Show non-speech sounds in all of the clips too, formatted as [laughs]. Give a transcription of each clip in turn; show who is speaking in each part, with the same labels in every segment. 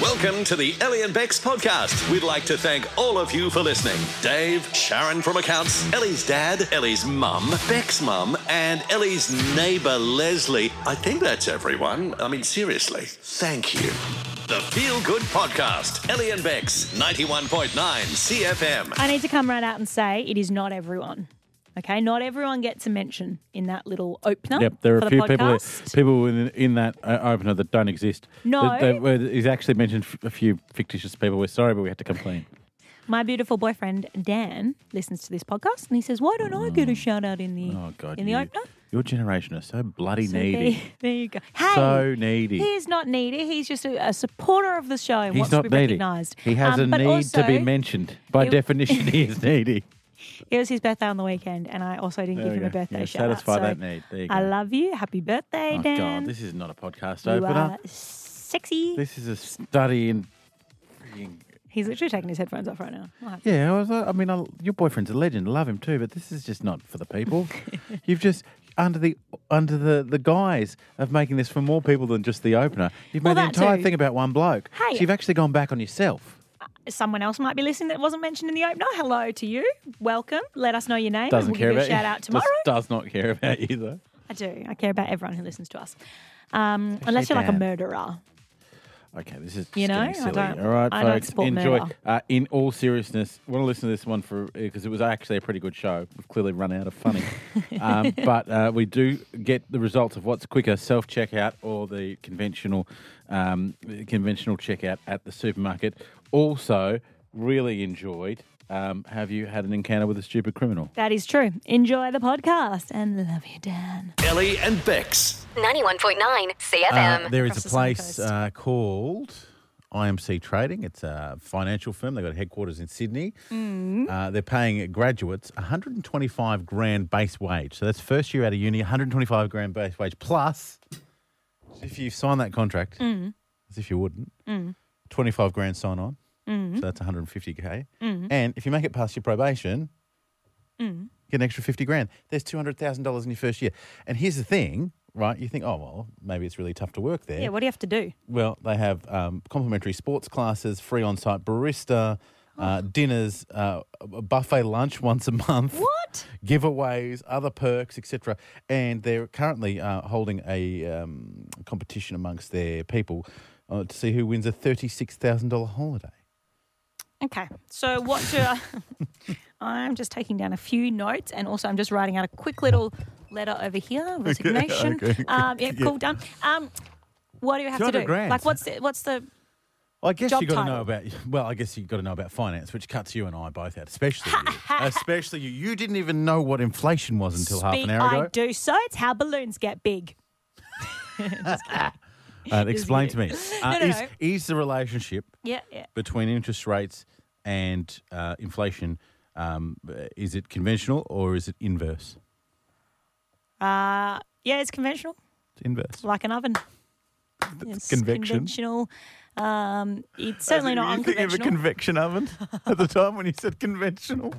Speaker 1: Welcome to the Ellie and Bex podcast. We'd like to thank all of you for listening. Dave, Sharon from accounts, Ellie's dad, Ellie's mum, Beck's mum, and Ellie's neighbour Leslie. I think that's everyone. I mean, seriously, thank you. The Feel Good Podcast, Ellie and Bex, 91.9 CFM.
Speaker 2: I need to come right out and say it is not everyone. Okay, not everyone gets a mention in that little opener.
Speaker 3: Yep, there are
Speaker 2: for
Speaker 3: a
Speaker 2: the
Speaker 3: few people
Speaker 2: podcast.
Speaker 3: that, people in, in that uh, opener that don't exist.
Speaker 2: No.
Speaker 3: They- they were- he's actually mentioned f- a few fictitious people. We're sorry, but we had to complain.
Speaker 2: My beautiful boyfriend Dan listens to this podcast and he says, "Why don't I get a shout out in the
Speaker 3: Oh God!
Speaker 2: in the
Speaker 3: you-
Speaker 2: opener?"
Speaker 3: your generation are so bloody
Speaker 2: So
Speaker 3: needy.
Speaker 2: There, there you go. Hey,
Speaker 3: So needy.
Speaker 2: He's not needy. He's just a, a supporter of the show and
Speaker 3: He's
Speaker 2: wants
Speaker 3: not
Speaker 2: to be
Speaker 3: needy.
Speaker 2: recognised.
Speaker 3: He has
Speaker 2: Um,
Speaker 3: a
Speaker 2: but
Speaker 3: need to be
Speaker 2: also,
Speaker 3: mentioned. By
Speaker 2: it-
Speaker 3: definition, he is needy.
Speaker 2: It was his birthday on the weekend, and I also didn't
Speaker 3: There
Speaker 2: give
Speaker 3: we
Speaker 2: him a
Speaker 3: go.
Speaker 2: birthday
Speaker 3: Yeah,
Speaker 2: shout out.
Speaker 3: satisfy
Speaker 2: so
Speaker 3: that need. There you
Speaker 2: I
Speaker 3: go.
Speaker 2: love you. Happy birthday,
Speaker 3: Oh
Speaker 2: Dan.
Speaker 3: God! This is not a podcast
Speaker 2: you
Speaker 3: opener.
Speaker 2: are sexy.
Speaker 3: This is a study in.
Speaker 2: He's literally taking his headphones off right now. I'll have to-
Speaker 3: Yeah, I, was, uh, I mean, I, your boyfriend's a legend. Love him too, but this is just not for the
Speaker 2: [laughs]
Speaker 3: people. You've just under the under the, the guise of making this for more people than just the opener. You've
Speaker 2: Well,
Speaker 3: made the
Speaker 2: that
Speaker 3: entire
Speaker 2: too.
Speaker 3: thing about one bloke.
Speaker 2: Hey.
Speaker 3: so you've actually gone back on yourself.
Speaker 2: Someone else might be listening that wasn't mentioned in the opener. Hello to you. Welcome. Let us know your name. and
Speaker 3: Doesn't
Speaker 2: we'll
Speaker 3: care
Speaker 2: give you
Speaker 3: about
Speaker 2: a shout
Speaker 3: you.
Speaker 2: out tomorrow.
Speaker 3: Just does not care about you though.
Speaker 2: I do. I care about everyone who listens to us. Um, unless you're like a
Speaker 3: Dan.
Speaker 2: murderer.
Speaker 3: Okay, this is just
Speaker 2: You know,
Speaker 3: getting
Speaker 2: I
Speaker 3: silly.
Speaker 2: don't-
Speaker 3: all right,
Speaker 2: I don't
Speaker 3: folks,
Speaker 2: support
Speaker 3: enjoy.
Speaker 2: murder.
Speaker 3: Uh, in all seriousness, want to listen to this one for because it was actually a pretty good show. We've clearly run out of
Speaker 2: [laughs]
Speaker 3: funny, um, but uh, we do get the results of what's quicker: self checkout or the conventional um, conventional checkout at the supermarket. Also, really enjoyed. Um, have you had an encounter with a stupid criminal?
Speaker 2: That is true. Enjoy the podcast and love you, Dan.
Speaker 1: Ellie and Bex.
Speaker 4: 91.9
Speaker 5: Uh,
Speaker 4: CFM.
Speaker 5: there is
Speaker 2: across the
Speaker 5: a
Speaker 2: Sunshine
Speaker 5: place
Speaker 2: Coast.
Speaker 5: uh, called IMC Trading. It's a financial firm. They've got headquarters in Sydney.
Speaker 2: Mm.
Speaker 5: Uh, they're paying graduates 125 grand base wage. So that's first year out of uni, 125 grand base wage. Plus, if you sign that contract,
Speaker 2: Mm.
Speaker 5: as if you wouldn't, 25 grand sign on. So that's 150K. And if you make it past your probation, get an extra 50 grand. There's $200,000 in your first year. And here's the thing, right? You think, oh, well, maybe it's really tough to work there.
Speaker 2: Yeah, what do you have to do?
Speaker 5: Well, they have um, complimentary sports classes, free on site barista,
Speaker 2: Oh.
Speaker 5: uh, dinners, uh, a buffet lunch [laughs] once a month.
Speaker 2: What?
Speaker 5: Giveaways, other perks, etc. And they're currently uh, holding a um, competition amongst their people uh, to see who wins a $36,000 holiday.
Speaker 2: Okay. So what do I [laughs] I'm just taking down a few notes and also I'm just writing out a quick little letter over here, resignation.
Speaker 5: okay.
Speaker 2: Um, yeah, cool, done. Um, what do you have to
Speaker 5: 200
Speaker 2: do?
Speaker 5: grand.
Speaker 2: Like what's the what's the
Speaker 5: I guess
Speaker 2: Job
Speaker 5: you got to know
Speaker 2: title.
Speaker 5: about well. I guess you got to know about finance, which cuts you and I both out, especially you.
Speaker 2: [laughs]
Speaker 5: especially you. You didn't even know what inflation was until half an
Speaker 2: speak
Speaker 5: hour ago.
Speaker 2: I do so. It's how balloons get big.
Speaker 5: Uh, explain
Speaker 2: [laughs]
Speaker 5: to me. Uh,
Speaker 2: no,
Speaker 5: is,
Speaker 2: no.
Speaker 5: is the relationship
Speaker 2: Yeah, yeah.
Speaker 5: between interest rates and uh, inflation um, uh, is it conventional or is it inverse?
Speaker 2: Uh, yeah, it's conventional,
Speaker 5: It's inverse.
Speaker 2: like an oven. It's
Speaker 5: convection.
Speaker 2: conventional. Um, it's certainly not unconventional.
Speaker 5: convection oven
Speaker 2: [laughs]
Speaker 5: at the time when you said conventional?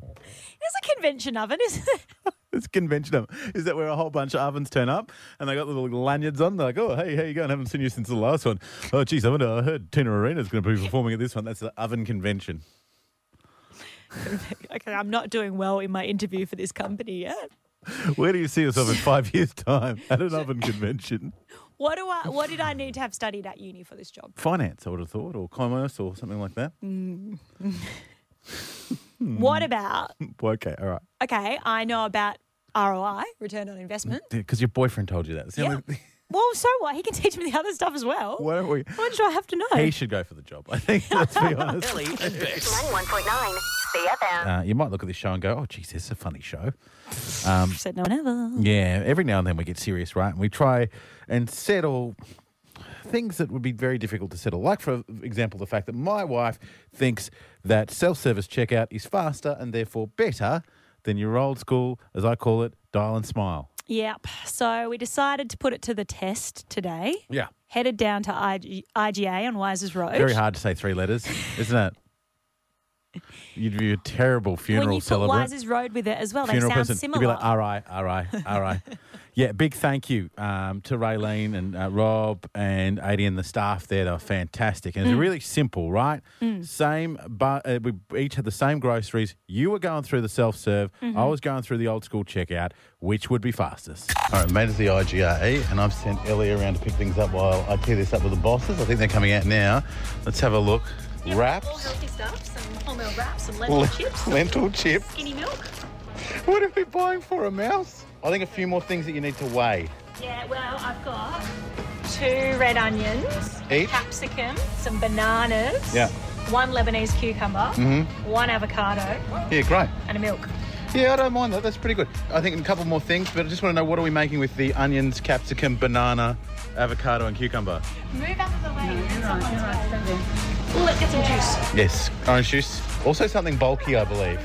Speaker 2: There's a convention oven, isn't there?
Speaker 5: It's convention oven. Is that where a whole bunch of ovens turn up and they got little lanyards on? They're like, oh, hey, how you going? haven't seen you since the last one. Oh, geez, I wonder. I heard Tina Arena's going to be performing at this one. That's the oven convention.
Speaker 2: [laughs] Okay, I'm not doing well in my interview for this company yet.
Speaker 5: Where do you see yourself in five years' time at an oven convention?
Speaker 2: What do I? What did I need to have studied at uni for this job?
Speaker 5: finance, I would have thought, or commerce, or something like that. Hmm.
Speaker 2: What about?
Speaker 5: Okay, all right.
Speaker 2: Okay, I know about ROI, return on investment.
Speaker 5: Because your boyfriend told you that. It's the
Speaker 2: Yeah.
Speaker 5: only-
Speaker 2: Well, so what? He can [laughs] teach me the other stuff as well.
Speaker 5: [laughs] Why don't we?
Speaker 2: What do I have to know?
Speaker 5: He should go for the job. I think. Let's
Speaker 2: [laughs]
Speaker 5: be honest.
Speaker 1: Ellie and Bex.
Speaker 4: 91.9 CFM.
Speaker 5: Uh, you might look at this show and go, "Oh, geez, this is a funny show."
Speaker 2: said no one ever.
Speaker 5: Yeah. Every now and then we get serious, right? And we try and settle things that would be very difficult to settle. Like, for example, the fact that my wife thinks that self-service checkout is faster and therefore better than your old school, as I call it, dial and smile.
Speaker 2: Yep. So we decided to put it to the test today.
Speaker 5: Yeah.
Speaker 2: Headed down to IG, IGA on Wises Road.
Speaker 5: Very hard to say three letters, isn't it? You'd be a terrible
Speaker 2: When
Speaker 5: funeral
Speaker 2: you put
Speaker 5: celebrant.
Speaker 2: Wises Road with it as well,
Speaker 5: funeral
Speaker 2: they sound
Speaker 5: person.
Speaker 2: similar. [laughs]
Speaker 5: You'd be like, all right, all right, all right. Yeah, big thank you um, to Raylene and uh, Rob and Adi and the staff there. They were fantastic.
Speaker 2: Mm.
Speaker 5: And it's really simple, right? Same, but uh, we each had the same groceries. You were going through the self serve.
Speaker 2: Mm-hmm.
Speaker 5: I was going through the old school checkout. Which would be fastest? All right, made it to the IGA, and I've sent Ellie around to pick things up while I tear this up with the bosses. I think they're coming out now. Let's have a look.
Speaker 6: All
Speaker 5: Wraps,
Speaker 6: healthy stuff, some wholemeal wraps, some lentil
Speaker 5: le-
Speaker 6: chips,
Speaker 5: lentil chip.
Speaker 6: skinny milk.
Speaker 5: What are we buying for a mouse? I think a few more things that you need to weigh.
Speaker 6: Yeah, well, I've got two red onions,
Speaker 5: Each?
Speaker 6: capsicum, some bananas,
Speaker 5: Yeah.
Speaker 6: one Lebanese cucumber, one avocado,
Speaker 5: Yeah, great.
Speaker 6: and a milk.
Speaker 5: Yeah, I don't mind that. That's pretty good. I think a couple more things, but I just want to know what are we making with the onions, capsicum, banana, avocado, and cucumber?
Speaker 6: Move out of the way. Let's get some juice.
Speaker 5: Yes, orange juice. Also something bulky, I believe.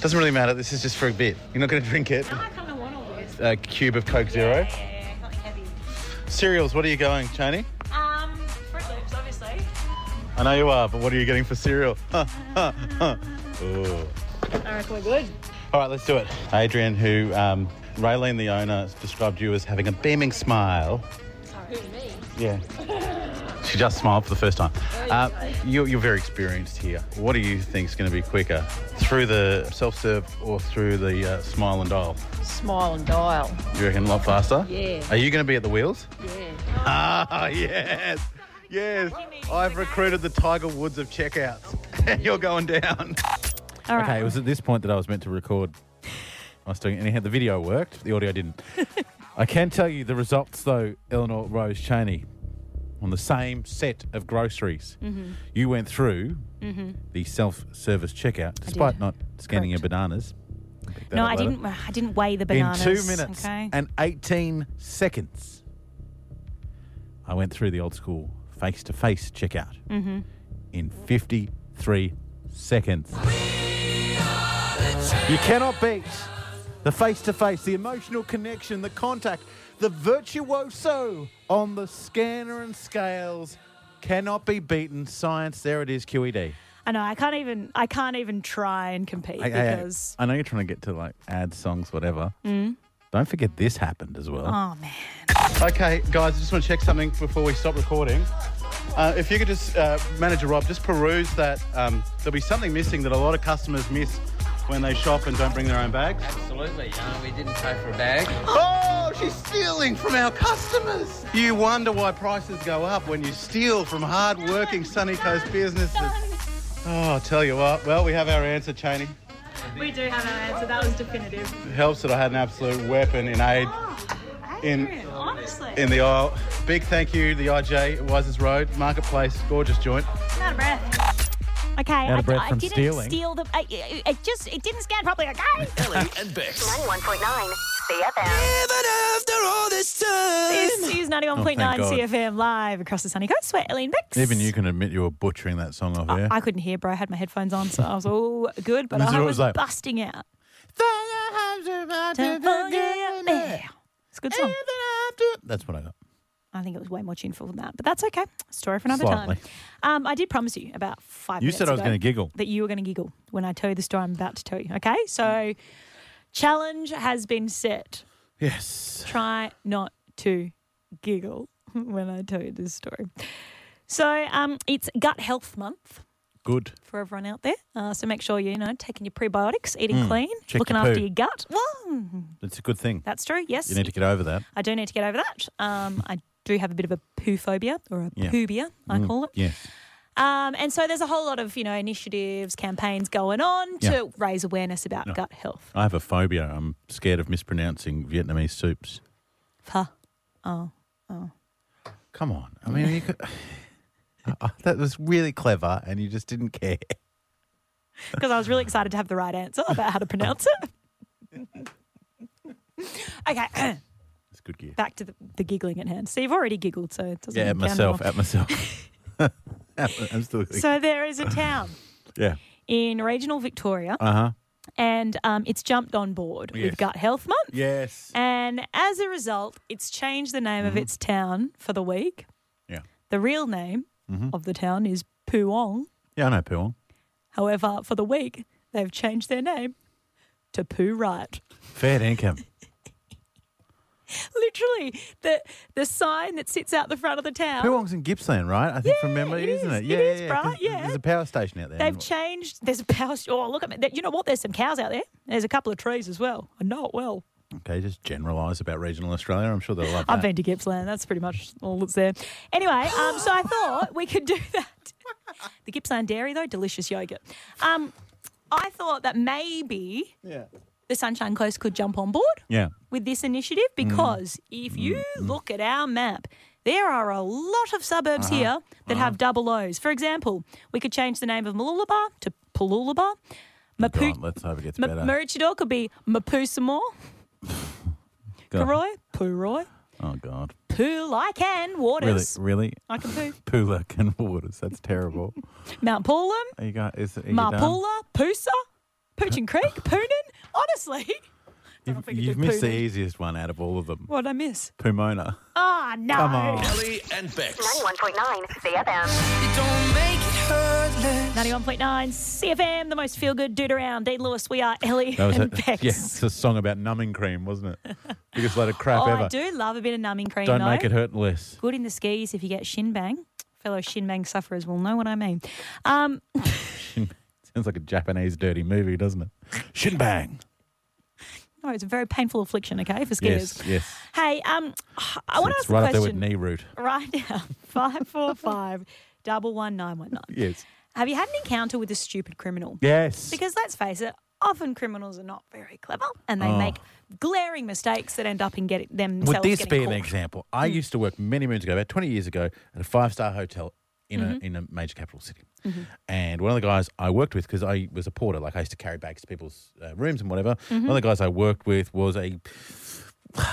Speaker 5: Doesn't really matter. This is just for a bit. You're not going to [laughs] drink it.
Speaker 6: I kind of want all this.
Speaker 5: A cube of Coke Zero.
Speaker 6: Yeah, not heavy.
Speaker 5: Cereals. What are you going, Cheney?
Speaker 6: Um, Fruit Loops, obviously.
Speaker 5: I know you are, but what are you getting for cereal? [laughs] Huh, huh, huh. Ooh.
Speaker 6: I reckon we're good.
Speaker 5: All right, let's do it. Adrian, who um, Raylene, the owner, described you as having a beaming smile. Who, me?
Speaker 6: [laughs]
Speaker 5: Yeah. she just smiled for the first time.
Speaker 6: Oh,
Speaker 5: Uh, you're, you're very experienced here. What do you think's going to be quicker, through the self-serve or through the uh, smile and dial?
Speaker 7: Smile and dial.
Speaker 5: You reckon a lot faster?
Speaker 7: Yeah.
Speaker 5: Are you going to be at the wheels?
Speaker 7: Yeah.
Speaker 5: [laughs] Ah, yes. Yes. I've recruited the Tiger Woods of checkouts. [laughs] you're going down.
Speaker 2: All right.
Speaker 5: Okay, it was at this point that I was meant to record. I was doing anyhow. The video worked, the
Speaker 2: [laughs]
Speaker 5: audio didn't. I can tell you the results though, Eleanor Rose Cheney, on the same set of groceries.
Speaker 2: Mm-hmm.
Speaker 5: You went through the self-service checkout, despite not scanning your bananas. I'll pick that
Speaker 2: No,
Speaker 5: up
Speaker 2: I
Speaker 5: later.
Speaker 2: didn't. I didn't weigh the
Speaker 5: In
Speaker 2: bananas.
Speaker 5: two minutes
Speaker 2: Okay.
Speaker 5: and 18 seconds, I went through the old school face-to-face checkout
Speaker 2: Mm-hmm.
Speaker 5: in 53 seconds. You cannot beat the face to face, the emotional connection, the contact, the virtuoso on the scanner and scales cannot be beaten. Science, there it is, E QED.
Speaker 2: I know. I can't even. I can't even try and compete
Speaker 5: Hey, hey, hey.
Speaker 2: because. Mm.
Speaker 5: I know you're trying to get to like ad songs, whatever. Don't forget this happened as well.
Speaker 2: Oh man.
Speaker 5: Okay, guys, I just want to check something before we stop recording. Uh, if you could just, uh, Manager Rob, just peruse that. Um, there'll be something missing that a lot of customers miss when they shop and don't bring their own bags.
Speaker 8: Absolutely. Uh, we didn't pay for a bag.
Speaker 5: [gasps] Oh, she's stealing from our customers. You wonder why prices go up when you steal from hard-working Sunny Coast businesses.
Speaker 2: [laughs]
Speaker 5: Oh, I'll tell you what. Well, we have our answer, Cheney.
Speaker 6: We do have our answer. That was definitive.
Speaker 5: It helps that I had an absolute weapon in aid
Speaker 2: Oh,
Speaker 5: In-
Speaker 6: Adrian, honestly.
Speaker 5: in the aisle. Big thank you, the IJ, Wises Road, Marketplace, gorgeous joint.
Speaker 6: I'm out of breath.
Speaker 2: Okay.
Speaker 5: of
Speaker 2: I,
Speaker 5: breath
Speaker 2: I
Speaker 5: from
Speaker 2: didn't
Speaker 5: stealing.
Speaker 2: steal the. I, I- it just. It didn't scan properly.
Speaker 5: [laughs]
Speaker 2: Okay.
Speaker 1: Ellie and Bex.
Speaker 4: 91.9 CFM.
Speaker 1: Even after all this time.
Speaker 2: This is ninety-one point nine
Speaker 5: Oh, thank God.
Speaker 2: CFM live across the sunny coast. Where Ellie and Bex.
Speaker 5: can admit you were butchering that song off
Speaker 2: I, I couldn't hear, bro. I had my headphones on, so I was all good, but
Speaker 5: This is
Speaker 2: I
Speaker 5: what it
Speaker 2: was,
Speaker 5: was like.
Speaker 2: busting out. Yeah. It's a good song.
Speaker 5: That's what I got.
Speaker 2: I think it was way more tuneful than that, but that's okay. Story for another
Speaker 5: Slightly.
Speaker 2: time. Um, I did promise you about five.
Speaker 5: You
Speaker 2: minutes
Speaker 5: said I was
Speaker 2: ago
Speaker 5: gonna giggle.
Speaker 2: That you were going to giggle when I tell you the story I'm about to tell you. Okay, so challenge has been set.
Speaker 5: Yes.
Speaker 2: Try not to giggle [laughs] when I tell you this story. So um, it's Gut Health Month
Speaker 5: Good.
Speaker 2: for everyone out there. Uh, so make sure you know taking your prebiotics, eating clean,
Speaker 5: Mm. Check
Speaker 2: looking
Speaker 5: your
Speaker 2: after
Speaker 5: poo.
Speaker 2: your gut. Well,
Speaker 5: It's a good thing.
Speaker 2: that's true. Yes,
Speaker 5: You need to get over that.
Speaker 2: I do need to get over that. Um, I do have a bit of a poo phobia or a
Speaker 5: Yeah.
Speaker 2: poobia, I call it.
Speaker 5: Yes.
Speaker 2: Um, and so there's a whole lot of you know initiatives, campaigns going on to
Speaker 5: Yeah.
Speaker 2: raise awareness about gut health.
Speaker 5: I have a phobia. I'm scared of mispronouncing Vietnamese soups.
Speaker 2: Huh.
Speaker 5: Come on. I mean, you could. [sighs] Uh, that was really clever, and you just didn't care. [laughs]
Speaker 2: because I was really excited to have the right answer [laughs] about how to pronounce it.
Speaker 5: [laughs]
Speaker 2: okay, [clears throat]
Speaker 5: It's good gear.
Speaker 2: back to the, the giggling at hand. So you've already giggled, so it doesn't
Speaker 5: Yeah, at
Speaker 2: count
Speaker 5: myself.
Speaker 2: anymore.
Speaker 5: At myself.
Speaker 2: [laughs]
Speaker 5: [laughs] I'm still.
Speaker 2: So there is a town
Speaker 5: yeah.
Speaker 2: in regional Victoria,
Speaker 5: Uh huh.
Speaker 2: and um, it's jumped on board
Speaker 5: Yes.
Speaker 2: with Gut Health Month.
Speaker 5: Yes.
Speaker 2: And as a result, it's changed the name of
Speaker 5: Mm-hmm.
Speaker 2: its town for the week.
Speaker 5: Yeah.
Speaker 2: The real name
Speaker 5: Mm-hmm.
Speaker 2: of the town is Poowong.
Speaker 5: Yeah, I know, Pool.
Speaker 2: However, for the week, they've changed their name to Poo Right.
Speaker 5: Fair income.
Speaker 2: [laughs] Literally, the the sign that sits out the front of the town.
Speaker 5: Poowong's in Gippsland, right? I think from
Speaker 2: Yeah,
Speaker 5: memory,
Speaker 2: it
Speaker 5: isn't
Speaker 2: is. It
Speaker 5: it? Yeah,
Speaker 2: is,
Speaker 5: yeah,
Speaker 2: right?
Speaker 5: 'cause
Speaker 2: Yeah.
Speaker 5: There's a power station out there.
Speaker 2: They've changed. There's a power. st- Oh, look at that. You know what? There's some cows out there. There's a couple of trees as well. I know it well.
Speaker 5: okay, just generalise about regional Australia. I'm sure they'll love that.
Speaker 2: I've been to Gippsland. That's pretty much all that's there. Anyway, um, so I thought we could do [laughs] that. The Gippsland Dairy, though, delicious yogurt. Um, I thought that maybe the Sunshine Coast could jump on board
Speaker 5: yeah.
Speaker 2: with this initiative because if you look at our map, there are a lot of suburbs here that have double O's. For example, we could change the name of Malulaba to Paloolaba. Mapu-
Speaker 5: God, let's hope it gets
Speaker 2: Ma-
Speaker 5: better.
Speaker 2: Maroochydore could be Mapusamore.
Speaker 5: God.
Speaker 2: Karoy, Puroy,
Speaker 5: Oh, God.
Speaker 2: Poo I can,
Speaker 5: Really?
Speaker 2: Waters.
Speaker 5: Really?
Speaker 2: I can poo.
Speaker 5: Pula and [laughs] waters. That's terrible.
Speaker 2: Mount Poolam,
Speaker 5: Are you guys, is, are you done?
Speaker 2: Marpoola, Poosa, Poochin
Speaker 5: [laughs]
Speaker 2: Creek, Poonan. Honestly, [laughs]
Speaker 5: You've,
Speaker 2: think I
Speaker 5: you've
Speaker 2: did
Speaker 5: missed the
Speaker 2: Pula.
Speaker 5: easiest one out of all of them.
Speaker 2: what did I miss?
Speaker 5: Pumona.
Speaker 2: Ah, no.
Speaker 5: Come on.
Speaker 1: Ellie and Bex.
Speaker 4: 91.9 CFM.
Speaker 7: Don't make it hurtless.
Speaker 2: 91.9 CFM, the most feel good dude around. Dean Lewis, we are Ellie and
Speaker 5: it.
Speaker 2: Bex.
Speaker 5: Yeah, it's a song about numbing cream, wasn't
Speaker 2: [laughs]
Speaker 5: it? Biggest load of crap
Speaker 2: Oh,
Speaker 5: ever.
Speaker 2: I do love a bit of numbing cream,
Speaker 5: not
Speaker 2: though.
Speaker 5: make it hurt less.
Speaker 2: Good in the skis if you get shin bang. Fellow shin bang sufferers will know what I mean. Um,
Speaker 5: [laughs] Sounds like a Japanese dirty movie, doesn't it? Shin bang.
Speaker 2: no, it's a very painful affliction, okay, for skiers.
Speaker 5: Yes, yes.
Speaker 2: Hey, um, I want to
Speaker 5: it's
Speaker 2: ask
Speaker 5: right
Speaker 2: a
Speaker 5: up there with
Speaker 2: question
Speaker 5: knee root.
Speaker 2: right now. [laughs] Five four five double one nine one nine.
Speaker 5: Yes.
Speaker 2: Have you had an encounter with a stupid criminal?
Speaker 5: Yes.
Speaker 2: Because let's face it, often criminals are not very clever and they
Speaker 5: Oh.
Speaker 2: make glaring mistakes that end up in getting themselves
Speaker 5: Would this
Speaker 2: getting
Speaker 5: be an
Speaker 2: caught. Hmm.
Speaker 5: example? I used to work many moons ago, about 20 years ago, at a five star hotel in,
Speaker 2: Mm-hmm.
Speaker 5: a, in a major capital city. And one of the guys I worked with, because I was a porter, like I used to carry bags to people's uh, rooms and whatever.
Speaker 2: Mm-hmm.
Speaker 5: One of the guys I worked with was a [sighs]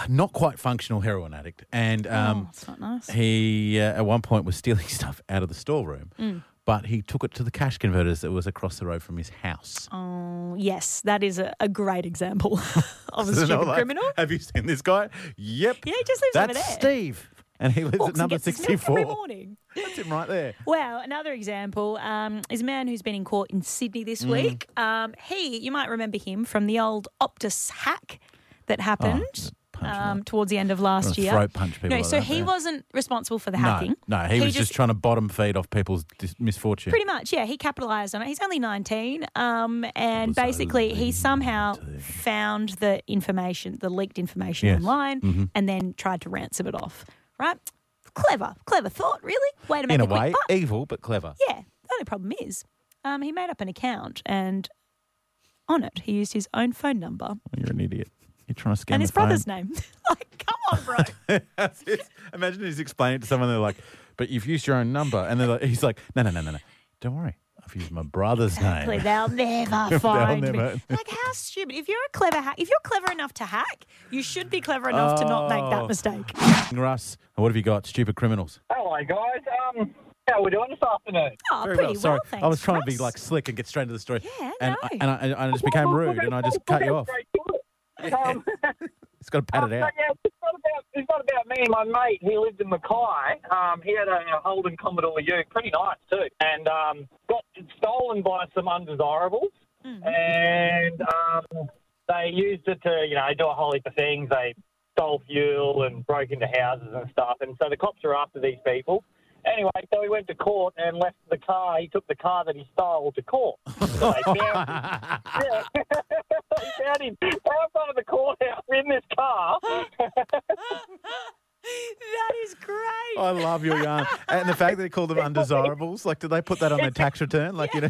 Speaker 5: not quite functional heroin addict. And um,
Speaker 2: That's not nice.
Speaker 5: he, uh, at one point, was stealing [laughs] stuff out of the storeroom.
Speaker 2: Hmm.
Speaker 5: But he took it to the cash converters that was across the road from his house.
Speaker 2: Oh,
Speaker 5: [laughs]
Speaker 2: Yes, that is a, a great example [laughs] of a
Speaker 5: So they're
Speaker 2: stupid
Speaker 5: like, [laughs]
Speaker 2: criminal.
Speaker 5: Have you seen this guy? Yep.
Speaker 2: Yeah, he just lives over
Speaker 5: That's
Speaker 2: there.
Speaker 5: Steve. And he lives
Speaker 2: Walks
Speaker 5: at
Speaker 2: and
Speaker 5: number
Speaker 2: gets his milk every
Speaker 5: 64.
Speaker 2: morning.
Speaker 5: That's him right there.
Speaker 2: Well, another example um, is a man who's been in court in Sydney this
Speaker 5: Mm.
Speaker 2: week. Um, he, you might remember him from the old Optus hack that happened
Speaker 5: Oh, punch
Speaker 2: um, towards the end of last
Speaker 5: Wanna
Speaker 2: year.
Speaker 5: throat punch people
Speaker 2: no,
Speaker 5: like
Speaker 2: so
Speaker 5: that,
Speaker 2: he
Speaker 5: yeah.
Speaker 2: wasn't responsible for the
Speaker 5: No,
Speaker 2: hacking.
Speaker 5: no, he, was just, trying to bottom feed off people's dis- misfortune.
Speaker 2: Pretty much, yeah. He capitalised on it. He's only 19. Um, and
Speaker 5: Was I
Speaker 2: basically, he
Speaker 5: leaving
Speaker 2: somehow
Speaker 5: too?
Speaker 2: found the information, the leaked information
Speaker 5: Yes. Mm-hmm.
Speaker 2: online, and then tried to ransom it off, right? Clever, clever thought, really? Way to make
Speaker 5: In a
Speaker 2: quick
Speaker 5: way,
Speaker 2: buck.
Speaker 5: evil but clever.
Speaker 2: Yeah. The only problem is, um, he made up an account and on it he used his own phone number
Speaker 5: You're an idiot. You're trying to scam
Speaker 2: and
Speaker 5: the
Speaker 2: his
Speaker 5: phone. [laughs]
Speaker 2: brother's name. [laughs] like, come on, bro.
Speaker 5: That's it. Imagine he's explaining it to someone. They're like, "But you've used your own number," and they're like, he's like, "No, no, no, no, no. Don't worry. I've used my brother's
Speaker 2: Exactly.
Speaker 5: name."
Speaker 2: They'll
Speaker 5: [laughs]
Speaker 2: never find
Speaker 5: never-
Speaker 2: me. Like how stupid! If you're a clever, ha- if you're clever enough to hack, you should be clever enough to not make
Speaker 5: Oh.
Speaker 2: that mistake.
Speaker 5: Russ, what have you got? Stupid criminals.
Speaker 9: Hello, guys. Um, how are we doing this afternoon?
Speaker 2: Oh,
Speaker 5: Very
Speaker 2: pretty
Speaker 5: well. Sorry,
Speaker 2: thanks.
Speaker 5: I was trying to be
Speaker 2: Russ.
Speaker 5: like slick and get straight into the story.
Speaker 2: Yeah,
Speaker 5: and
Speaker 2: no.
Speaker 5: I, and I, and I just
Speaker 9: [laughs]
Speaker 5: became rude, and I just cut you off.
Speaker 9: Um, [laughs]
Speaker 5: It's got to pat
Speaker 9: um,
Speaker 5: it out.
Speaker 9: but yeah, it's not about it's not about me. My mate, he lived in Mackay. Um, he had a Holden Commodore U, pretty nice too, and um, got stolen by some undesirables, and um, they used it to you know do a whole heap of things. They stole fuel and broke into houses and stuff, and so the cops are after these people. Anyway, so he went to court and left the car. He took the car that he stole to court. [laughs] So they found him. Yeah. they found him outside of the courthouse in this car.
Speaker 2: [laughs]
Speaker 9: [laughs]
Speaker 2: that is great.
Speaker 5: [laughs] I love your yarn. And the fact that they
Speaker 2: [laughs]
Speaker 5: call them undesirables, like, did they put that on their tax return? Like, you know,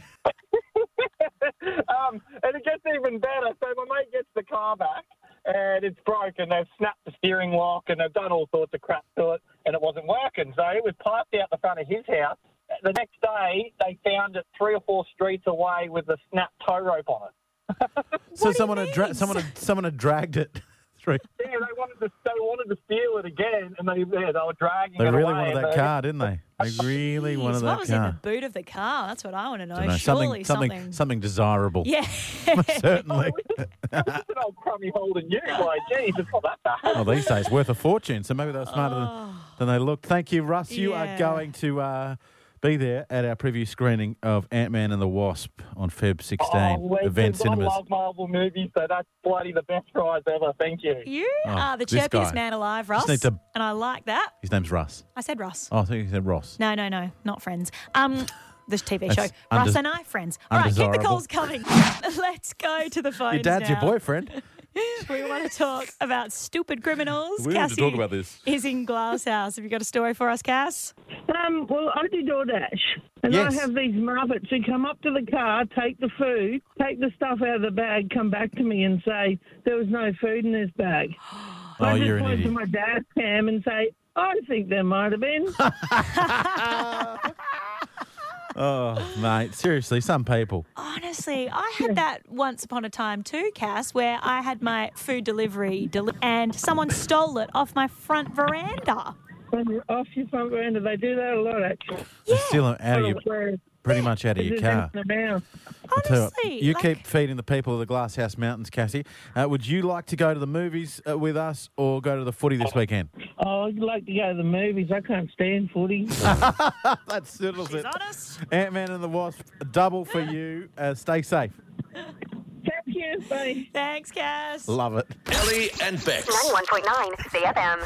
Speaker 9: um, and it gets even better. So my mate gets the car back, and it's broken. They've snapped the steering lock, and they've done all sorts of crap to it, and it wasn't working. So it was parked out the front of his house. The next day, they found it three or four streets away with the snapped tow rope on it.
Speaker 5: so
Speaker 2: What do you
Speaker 5: someone had, dra-
Speaker 2: mean?
Speaker 5: someone had someone had dragged it [laughs] through.
Speaker 9: Yeah, they wanted to they wanted to steal it again, and they yeah, they were dragging
Speaker 5: They
Speaker 9: it
Speaker 5: really
Speaker 9: away,
Speaker 5: wanted
Speaker 9: and
Speaker 5: that
Speaker 9: they-
Speaker 5: car, didn't they? They really
Speaker 2: Jeez,
Speaker 5: wanted
Speaker 2: what
Speaker 5: that
Speaker 2: was in
Speaker 5: car.
Speaker 2: the boot of the car? That's what I want to know.
Speaker 5: Dunno,
Speaker 2: Surely
Speaker 5: something, something, something desirable.
Speaker 2: Yeah. [laughs]
Speaker 5: [laughs] Certainly.
Speaker 9: It's an old "Oh, crummy holding you. Like, geez, it's not that bad.
Speaker 5: Well, Oh, these days, worth a fortune. So maybe they were smarter than, than they looked. Thank you, Russ. You
Speaker 2: Oh. Yeah.
Speaker 5: are going to uh, Be there at our preview screening of Ant Man and the Wasp on
Speaker 2: Oh,
Speaker 5: Feb 16.
Speaker 9: legends,
Speaker 5: event cinemas.
Speaker 9: Oh, I love Marvel movies, so that's bloody the best prize ever. Thank you.
Speaker 2: You
Speaker 5: Oh,
Speaker 2: are the
Speaker 5: this
Speaker 2: chirpiest
Speaker 5: guy.
Speaker 2: man alive, Ross.
Speaker 5: need to-
Speaker 2: And I like that.
Speaker 5: His name's Russ.
Speaker 2: I said Ross.
Speaker 5: Oh, I thought you said Ross.
Speaker 2: No, no, no, not friends. Um,
Speaker 5: [laughs]
Speaker 2: this TV show.
Speaker 5: That's
Speaker 2: Russ
Speaker 5: undes-
Speaker 2: and I, friends. All right, keep the
Speaker 5: undesirable.
Speaker 2: calls
Speaker 5: [laughs]
Speaker 2: coming. Let's go to the phone.
Speaker 5: Your dad's your
Speaker 2: [laughs]
Speaker 5: boyfriend.
Speaker 2: We want to talk about stupid criminals.
Speaker 5: We want to
Speaker 2: Cassie
Speaker 5: talk about this.
Speaker 2: Is in Glasshouse. Have you got a story for us, Cass?
Speaker 10: Um, well, I do DoorDash, and
Speaker 5: Yes.
Speaker 10: I have these muppets who come up to the car, take the food, take the stuff out of the bag, come back to me and say there was no food in this bag.
Speaker 5: [gasps] Oh,
Speaker 10: I just
Speaker 5: you're an
Speaker 10: point to
Speaker 5: idiot.
Speaker 10: my dad cam and say, I think there might
Speaker 5: [laughs]
Speaker 10: have been.
Speaker 5: Oh, mate. Seriously, some people.
Speaker 2: Oh, Honestly, I had that once upon a time too, Cass, where I had my food delivery deli- and someone stole it off my front veranda.
Speaker 10: When you're off your front veranda, they do that a lot actually.
Speaker 5: They're still out of your,
Speaker 10: Where
Speaker 5: pretty much out of
Speaker 10: it
Speaker 5: your
Speaker 10: is
Speaker 5: car.
Speaker 10: in the mouth.
Speaker 5: I'll tell you what,
Speaker 2: Honestly,
Speaker 5: you
Speaker 2: like-
Speaker 5: keep feeding the people of the Glasshouse Mountains, Cassie. Uh, would you like to go to the movies uh, with us or go to the footy this weekend?
Speaker 10: Oh, I'd like to go to the movies. I can't
Speaker 5: [laughs]
Speaker 10: stand footy.
Speaker 5: That settles it.
Speaker 2: Honest?
Speaker 5: Ant Man and the Wasp, double for you. Uh, stay safe.
Speaker 10: Thank you, bye.
Speaker 2: Thanks, Cass.
Speaker 5: Love it.
Speaker 1: Ellie and Bex.
Speaker 4: 91.9 CFM.